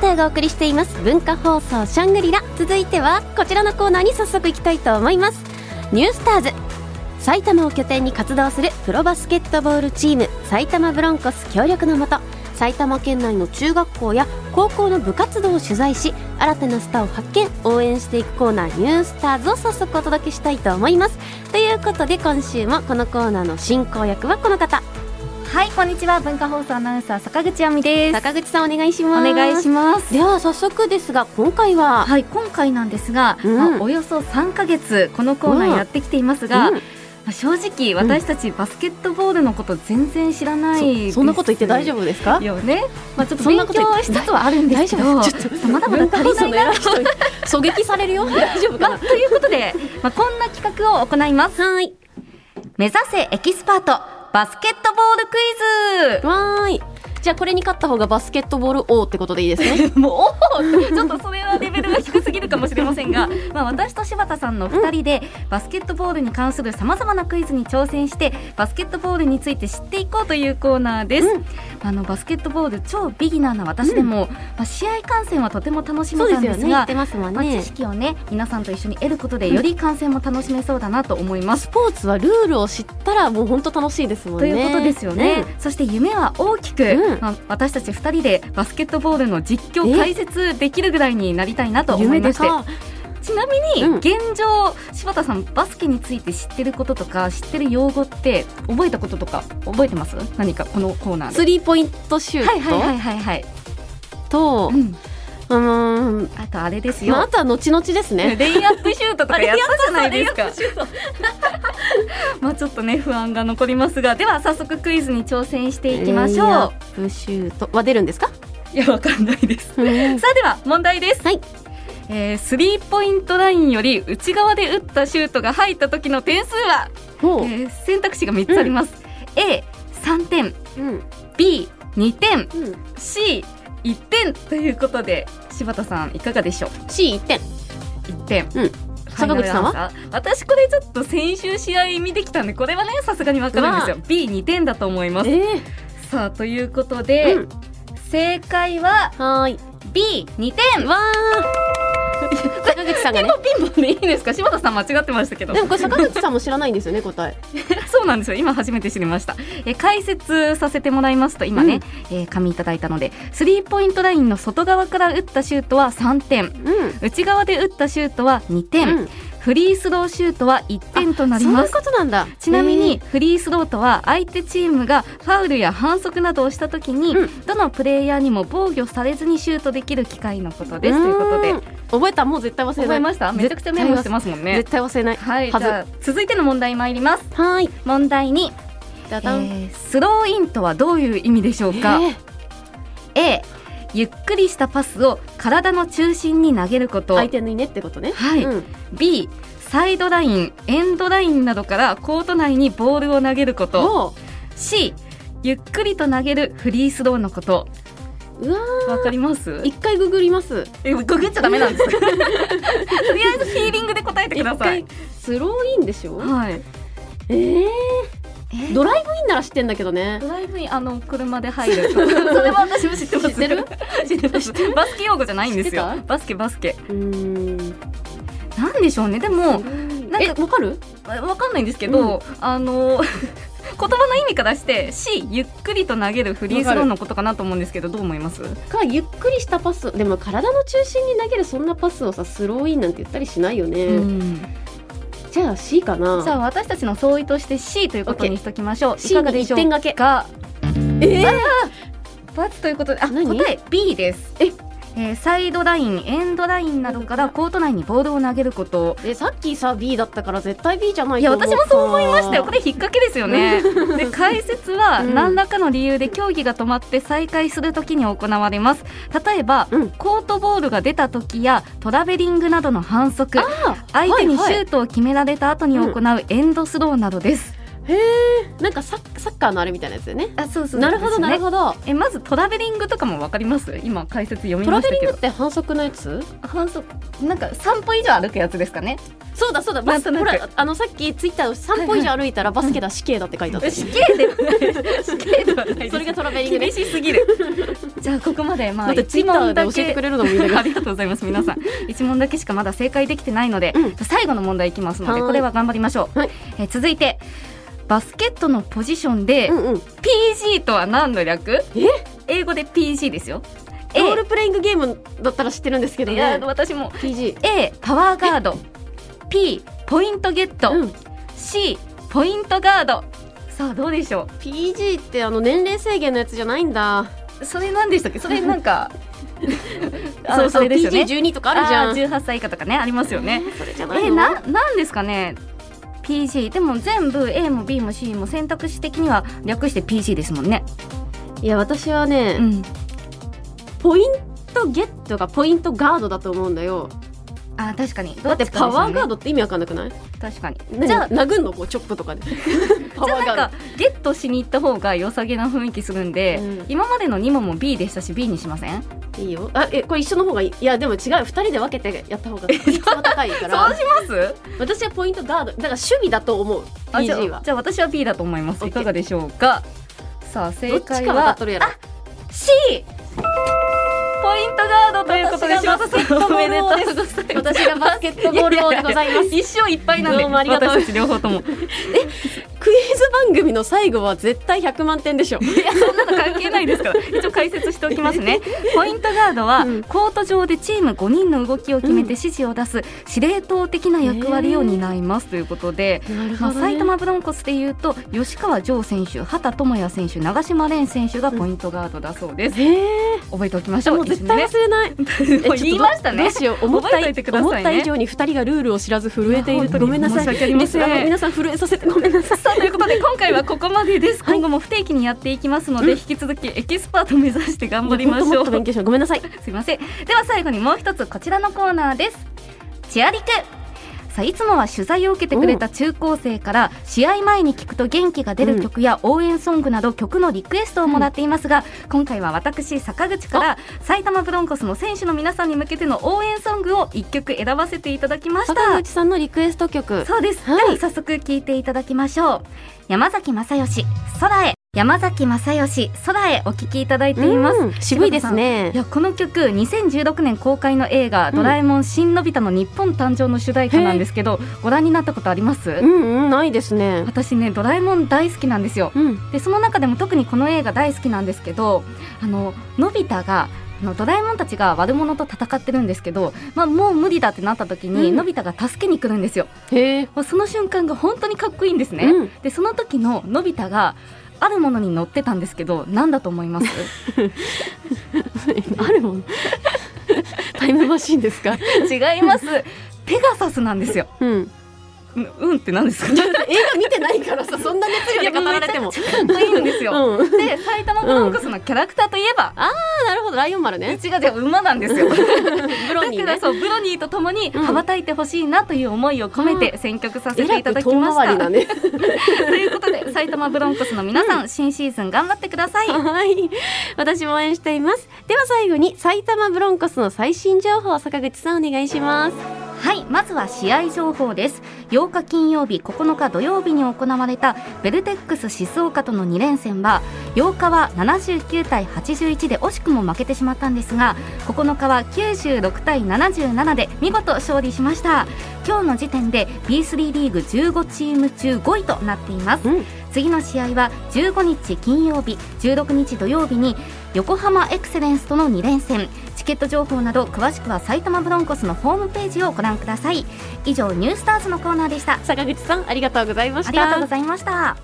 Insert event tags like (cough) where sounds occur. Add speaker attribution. Speaker 1: ナがお送りしています文化放送シャングリラ続いてはこちらのコーナーに早速いきたいと思いますニュースターズ埼玉を拠点に活動するプロバスケットボールチーム埼玉ブロンコス協力のもと埼玉県内の中学校や高校の部活動を取材し新たなスターを発見応援していくコーナー「ニュースターズ」を早速お届けしたいと思いますということで今週もこのコーナーの進行役はこの方
Speaker 2: はいこんにちは文化放送アナウンサー坂口亜美です
Speaker 1: 坂口さんお願いし
Speaker 2: お
Speaker 1: ます
Speaker 2: 願いします
Speaker 1: では早速ですが今回は、
Speaker 2: はい今回なんですが、
Speaker 1: うん
Speaker 2: まあおよそ3ヶ月このコーナーやってきていますが、
Speaker 1: うん
Speaker 2: まあ正直私たちバスケットボールのこと全然知らない
Speaker 1: そそんなこと言って大丈
Speaker 2: 夫
Speaker 1: 夫ですか
Speaker 2: よね、まあ、ちょっと
Speaker 1: そん
Speaker 2: 勉
Speaker 1: なこと言っ
Speaker 2: 強しつつはあるんですけど
Speaker 1: ちょっ
Speaker 2: とまだまだ
Speaker 1: 文
Speaker 2: 足りないな
Speaker 1: 化放送の偉い人に狙撃されるよ大丈夫か
Speaker 2: ま
Speaker 1: な
Speaker 2: あ、(laughs) ということで、まあ、こんな企画を行います
Speaker 1: はい
Speaker 2: 目指せエキスパートバスケットボールクイズ
Speaker 1: わーいじゃあこれに勝った方がバスケットボール王ってことでいいですね
Speaker 2: (laughs) もうおーちょっとそれはレベルが低すぎるかもしれませんが、まあ、私と柴田さんの2人でバスケットボールに関するさまざまなクイズに挑戦してバスケットボールについて知っていこうというコーナーです、
Speaker 1: うん
Speaker 2: あのバスケットボール超ビギナーな私でも、まあ、試合観戦はとても楽し
Speaker 1: そ
Speaker 2: め
Speaker 1: うで
Speaker 2: たん
Speaker 1: すよね
Speaker 2: です
Speaker 1: 言
Speaker 2: が
Speaker 1: ってますもん
Speaker 2: まあ
Speaker 1: ね
Speaker 2: 知識をね皆さんと一緒に得ることでより観戦も楽しめそうだなと思います
Speaker 1: スポーツはルールを知ったらもう本当楽しいですもん
Speaker 2: と
Speaker 1: ね
Speaker 2: いうことですよね、そして夢は大きく、
Speaker 1: うん
Speaker 2: まあ私たち2人でバスケットボールの実
Speaker 1: え
Speaker 2: 況解説できるぐらいになりたいなと
Speaker 1: うん
Speaker 2: 思い
Speaker 1: 夢
Speaker 2: ま
Speaker 1: で
Speaker 2: し
Speaker 1: して
Speaker 2: ちなみに
Speaker 1: うん
Speaker 2: 現状、柴田さんバスケについて知ってることとか知ってる用語って覚えたこととか覚えてます何かこのコーナーで。
Speaker 1: スリーポイントシュート、
Speaker 2: はいはいはいはいはい、
Speaker 1: と
Speaker 2: う、ん、
Speaker 1: うーん
Speaker 2: あとあれです
Speaker 1: まあ、
Speaker 2: よ
Speaker 1: あとは後々ですね
Speaker 2: レイアップシュートとかやったじゃないですか
Speaker 1: あれやったそうレイアップシュート
Speaker 2: (laughs) まあちょっとね不安が残りますがでは早速クイズに挑戦していきまし
Speaker 1: レイア
Speaker 2: ょう
Speaker 1: ップシュートは出るんですか
Speaker 2: いやわかんないですさあでは問題です、
Speaker 1: はい
Speaker 2: えースリーポイントラインより内側で打ったシュートが入った時の点数は、
Speaker 1: ほう、
Speaker 2: えー選択肢が3つあります、A3 点
Speaker 1: うん
Speaker 2: B2 点
Speaker 1: うん
Speaker 2: C1 点ということで柴田さんいかがでしょう
Speaker 1: C1 点
Speaker 2: 1点、
Speaker 1: うん坂口さんは
Speaker 2: ファイナルアンサー私これちょっと先週試合見てきたんでこれはねさすがに分かるんですよ B2 点だと思います
Speaker 1: え
Speaker 2: さあということ
Speaker 1: え
Speaker 2: で、
Speaker 1: うん
Speaker 2: 正解は
Speaker 1: はーい
Speaker 2: B2 点
Speaker 1: わー坂口さん
Speaker 2: (laughs)
Speaker 1: がね
Speaker 2: ピンポンでいいですか柴田さん間違ってましたけど
Speaker 1: でもこれ坂口さんも知らないんですよね答え
Speaker 2: そうなんですよ今初めて知りましたえー解説させてもらいますと今ね、えー紙いただいたのでスリーポイントラインの外側から打ったシュートは3点
Speaker 1: うん
Speaker 2: 内側で打ったシュートは2点、
Speaker 1: うん
Speaker 2: フリースローシュートは1点となり
Speaker 1: そう
Speaker 2: ま
Speaker 1: いう
Speaker 2: す
Speaker 1: ことなんだ
Speaker 2: ちなみにフリースローとは相手チームがファウルや反則などをした時に、
Speaker 1: う
Speaker 2: どのプレイヤーにも防御されずにシュートできる機会のこと
Speaker 1: え
Speaker 2: で
Speaker 1: ー
Speaker 2: すということで
Speaker 1: うん覚えたもう絶対忘れ
Speaker 2: 覚
Speaker 1: な
Speaker 2: え
Speaker 1: い
Speaker 2: ましためちゃくちゃメモしてますもんね
Speaker 1: 絶対忘れない
Speaker 2: はいじ
Speaker 1: はず
Speaker 2: ゃあ続いての問題参ります
Speaker 1: はーい
Speaker 2: 問題に
Speaker 1: じゃだん
Speaker 2: えースローインとはどういう意味でしょうか、
Speaker 1: えー
Speaker 2: A ゆっくりしたパスを体の中心に投げること、
Speaker 1: 相手のいねってことね
Speaker 2: はい
Speaker 1: うん
Speaker 2: B サイドラインエンドラインなどからコート内にボールを投げること
Speaker 1: おう
Speaker 2: C ゆっくりと投げるフリースローのこと
Speaker 1: うわ
Speaker 2: わかります
Speaker 1: ー一回ググります
Speaker 2: えググっちゃダメなんです (laughs) とりあえずフィーリングで答えてください
Speaker 1: 一回スローインでしょ
Speaker 2: はい
Speaker 1: え
Speaker 2: え
Speaker 1: ードライブインなら知ってんだけどね
Speaker 2: ドライブインあの車で入る (laughs) それは私も知ってます
Speaker 1: 知ってる
Speaker 2: (laughs) 知ってますバスケ用語じゃないんですよ
Speaker 1: 知って
Speaker 2: バスケバスケ
Speaker 1: うーん
Speaker 2: なんでしょうねでも
Speaker 1: えわかる
Speaker 2: わわかんないんですけど、あの (laughs) 言葉の意味からして C ゆっくりと投げるフリースローのことかなと思うんですけどどう思います
Speaker 1: かゆっくりしたパスでも体の中心に投げるそんなパスをさスローインなんて言ったりしないよね、
Speaker 2: うん
Speaker 1: じゃあ C かな
Speaker 2: さあ私たちの相違として C ということ
Speaker 1: OK
Speaker 2: にしときましょう
Speaker 1: C
Speaker 2: いかがでしょう
Speaker 1: に一点掛け
Speaker 2: か
Speaker 1: えー
Speaker 2: バツということであ
Speaker 1: 何
Speaker 2: 答え B です
Speaker 1: え
Speaker 2: えーサイドラインエンドラインなどからコート内にボールを投げること
Speaker 1: えさっきさ B だったから絶対 B じゃない
Speaker 2: い
Speaker 1: と
Speaker 2: や
Speaker 1: 思った
Speaker 2: 私もそう思いましたよこれ引っ掛けですよ (laughs) ねで解説は
Speaker 1: うん
Speaker 2: 何らかの理由で競技が止まって再開するときに行われます例えば、
Speaker 1: うん
Speaker 2: コートボールが出た時やトラベリングなどの反則
Speaker 1: あ
Speaker 2: 相手にシ
Speaker 1: はいは
Speaker 2: ュートを決められた後に行うエンドスローなどです、
Speaker 1: あへえなんかサッサッカーのあれみたいなやつだよね
Speaker 2: あそうそう
Speaker 1: なるほどなる
Speaker 2: ど
Speaker 1: ほど
Speaker 2: えまずトラベリングとかもわかります今解説読み
Speaker 1: トラ
Speaker 2: まし
Speaker 1: ベリン
Speaker 2: たけ
Speaker 1: グ
Speaker 2: ど
Speaker 1: って反則のやつ
Speaker 2: 反則なんか3歩以上歩くやつですかね
Speaker 1: そうだそうだ
Speaker 2: な
Speaker 1: バ
Speaker 2: ん
Speaker 1: ス
Speaker 2: とな
Speaker 1: ほ
Speaker 2: く
Speaker 1: らあのさっきツイッターを散歩以上歩いたらバスケだ死刑だって書いてあった
Speaker 2: 死刑ではない死刑ではないです
Speaker 1: それがトラベリングね
Speaker 2: 厳しすぎるじゃあここまでま
Speaker 1: だ
Speaker 2: あ
Speaker 1: ってツイ
Speaker 2: 一
Speaker 1: ッター
Speaker 2: 問
Speaker 1: で
Speaker 2: だ
Speaker 1: 教えて
Speaker 2: け
Speaker 1: くれるのもいいんだけど
Speaker 2: ありがとうございます皆さん一問だけしかまだ正解できてないので、
Speaker 1: うん
Speaker 2: 最後の問題いきますの
Speaker 1: は
Speaker 2: で
Speaker 1: ーい
Speaker 2: これは頑張りましょう、
Speaker 1: はい
Speaker 2: えー続いてバスケットのポジションで、
Speaker 1: うんうん
Speaker 2: PG とは何の略英語で PG ですよ
Speaker 1: ロールプレイングゲームだったら知ってるんですけ
Speaker 2: A
Speaker 1: ど
Speaker 2: いや
Speaker 1: ね
Speaker 2: 私も
Speaker 1: PG
Speaker 2: A パワーガード P ポイントゲット、
Speaker 1: うん
Speaker 2: C ポイントガードさあどうでしょ
Speaker 1: PG ってあの年齢制限のやつじゃないんだ
Speaker 2: うそれ何でしたっけそれなん (laughs) かあ
Speaker 1: そう
Speaker 2: そ
Speaker 1: そう
Speaker 2: れですよね
Speaker 1: PG12 とかあるじゃん
Speaker 2: あー18歳以下とかねありますよね
Speaker 1: それじ
Speaker 2: え
Speaker 1: ゃないの
Speaker 2: ー、ななんですかね PG でも全部 A も B も C も選択肢的には略して PG ですもんね
Speaker 1: いや私はね、
Speaker 2: うん
Speaker 1: ポイントゲットがポイントガードだと思うんだよ
Speaker 2: あー確かに
Speaker 1: だってパワーガー
Speaker 2: ド
Speaker 1: ドって意味わかんなくない
Speaker 2: 確かに
Speaker 1: じ
Speaker 2: じゃあ
Speaker 1: ゃあ殴んのこうチョップ (laughs) とかでパ
Speaker 2: じゃ
Speaker 1: ワ
Speaker 2: あ
Speaker 1: ー
Speaker 2: なん
Speaker 1: ガー
Speaker 2: かゲットしに行った方が良さげな雰囲気するんで、
Speaker 1: うん
Speaker 2: 今までの2問も B でしたし B にしません
Speaker 1: ドいいよあえこれ一緒の方がいいいやでも違う2人で分けてやった方が効率は高いか
Speaker 2: そう
Speaker 1: ら
Speaker 2: します
Speaker 1: 私はポイントガードだから守備だと思う
Speaker 2: あじゃ
Speaker 1: PG
Speaker 2: あ
Speaker 1: は
Speaker 2: じゃあ私は B だと思いますいかがでしょうかさあ
Speaker 1: ど
Speaker 2: 正
Speaker 1: っちか
Speaker 2: 解
Speaker 1: 分かっ
Speaker 2: は
Speaker 1: とるやろ
Speaker 2: C ポイントガードということで
Speaker 1: 私がバスケットボール王です
Speaker 2: おめでとうございます
Speaker 1: 私がバスケットボール王でございます (laughs)
Speaker 2: 一生いっぱいなんで
Speaker 1: どうもありがとう
Speaker 2: 私たち両方とも
Speaker 1: クイズ番組の最後は絶対100万点でしょ
Speaker 2: そんなの関係ないですから一応解説しておきますね (laughs) ポイントガードは、
Speaker 1: うん
Speaker 2: コート上でチーム5人の動きを決めて指示を出す司令塔的な役割を担いますということで、
Speaker 1: なる
Speaker 2: まあ、埼玉ブロンコスでいうと吉川城選手、畑智也選手、長島蓮選手がポイントガードだそうです。
Speaker 1: へえ
Speaker 2: 覚えておきましょう。
Speaker 1: もう絶対
Speaker 2: (laughs)
Speaker 1: 忘れない
Speaker 2: 一緒にねもう
Speaker 1: えちょっとど
Speaker 2: 言いました
Speaker 1: ど
Speaker 2: (laughs) ね
Speaker 1: う。しよう思った
Speaker 2: 覚えといてくださいね
Speaker 1: 思った以上に二人がルールを知らず震えている
Speaker 2: いや本当に
Speaker 1: ごめんなさい
Speaker 2: 申し訳ありません
Speaker 1: リスナーの皆さん震えさせてごめんな
Speaker 2: (laughs)
Speaker 1: さい
Speaker 2: さあということで今回はここまでです。
Speaker 1: はい
Speaker 2: 今後も不定期にやっていきますので、
Speaker 1: うん
Speaker 2: 引き続きエキスパート目指して頑張
Speaker 1: (laughs)
Speaker 2: りまし
Speaker 1: も
Speaker 2: ょ
Speaker 1: っともっと勉
Speaker 2: う。
Speaker 1: 強しようごめんなさい
Speaker 2: (laughs) すいません。では最後にもう一つこちらのコーナーです。チアリク。さあいつもは取材を受けてくれた中高生から試合前に聞くと元気が出る曲や応援ソングなど曲のリクエストをもらっていますが、今回は私坂口から埼玉ブロンコスの選手の皆さんに向けての応援ソングを一曲選ばせていただきました
Speaker 1: 坂口さんのリクエスト曲
Speaker 2: そうです、
Speaker 1: はい
Speaker 2: では早速聞いていただきましょう山崎まさよし空へ山崎まさよし空へお聞きいただいています、
Speaker 1: うん渋いですね
Speaker 2: いやこの曲2016年公開の映画「ドラえもん新のび太の日本誕生」の主題歌なんですけどご覧になったことあります、
Speaker 1: うんうんないですね
Speaker 2: 私ねドラえもん大好きなんですよ
Speaker 1: うん
Speaker 2: でその中でも特にこの映画大好きなんですけどあののび太があのドラえもんたちが悪者と戦ってるんですけど、まあ、もう無理だってなった時に、
Speaker 1: うん
Speaker 2: のび太が助けに来るんですよ
Speaker 1: へえ
Speaker 2: もうその瞬間が本当にかっこいいんですね、
Speaker 1: うん (laughs)
Speaker 2: でその時ののび太があるものに乗ってたんですけど何だと思います
Speaker 1: あるもん (laughs) タイムマシンですか
Speaker 2: (laughs) 違いますペガサスなんですよ
Speaker 1: うん
Speaker 2: うんうんって何ですか
Speaker 1: 映画見てないからさそんな熱量で語られても
Speaker 2: いやめちゃくちゃかっこいいんです
Speaker 1: う
Speaker 2: よ、
Speaker 1: んあ
Speaker 2: で埼玉ブロンコスのキャラクターといえば、
Speaker 1: なるほどライオン丸ね
Speaker 2: 違う違う馬なんです (laughs) よ
Speaker 1: ブロニー
Speaker 2: だから
Speaker 1: ね
Speaker 2: そうブロニーとともに
Speaker 1: うん
Speaker 2: 羽ばたいてほしいなという思いを込めて選曲させていただきまし
Speaker 1: えらく遠回り
Speaker 2: た、
Speaker 1: だね
Speaker 2: ということで埼玉ブロンコスの皆さん、新シーズン頑張ってください
Speaker 1: はい私も応援していますでは最後に埼玉ブロンコスの最新情報を坂口さんお願いします
Speaker 2: はいまずは試合情報です8日金曜日9日土曜日に行われたベルテックス静岡との2連戦は8日は79対81で惜しくも負けてしまったんですが9日は96対77で見事勝利しました今日の時点で B3 リーグ15チーム中5位となっています、
Speaker 1: うん
Speaker 2: 次の試合は15日金曜日16日土曜日に横浜エクセレンスとの2連戦チケット情報など詳しくは埼玉ブロンコスのホームページをご覧ください以上ニュースターズのコーナーでした
Speaker 1: 坂口さんありがとうございました
Speaker 2: ありがとうございました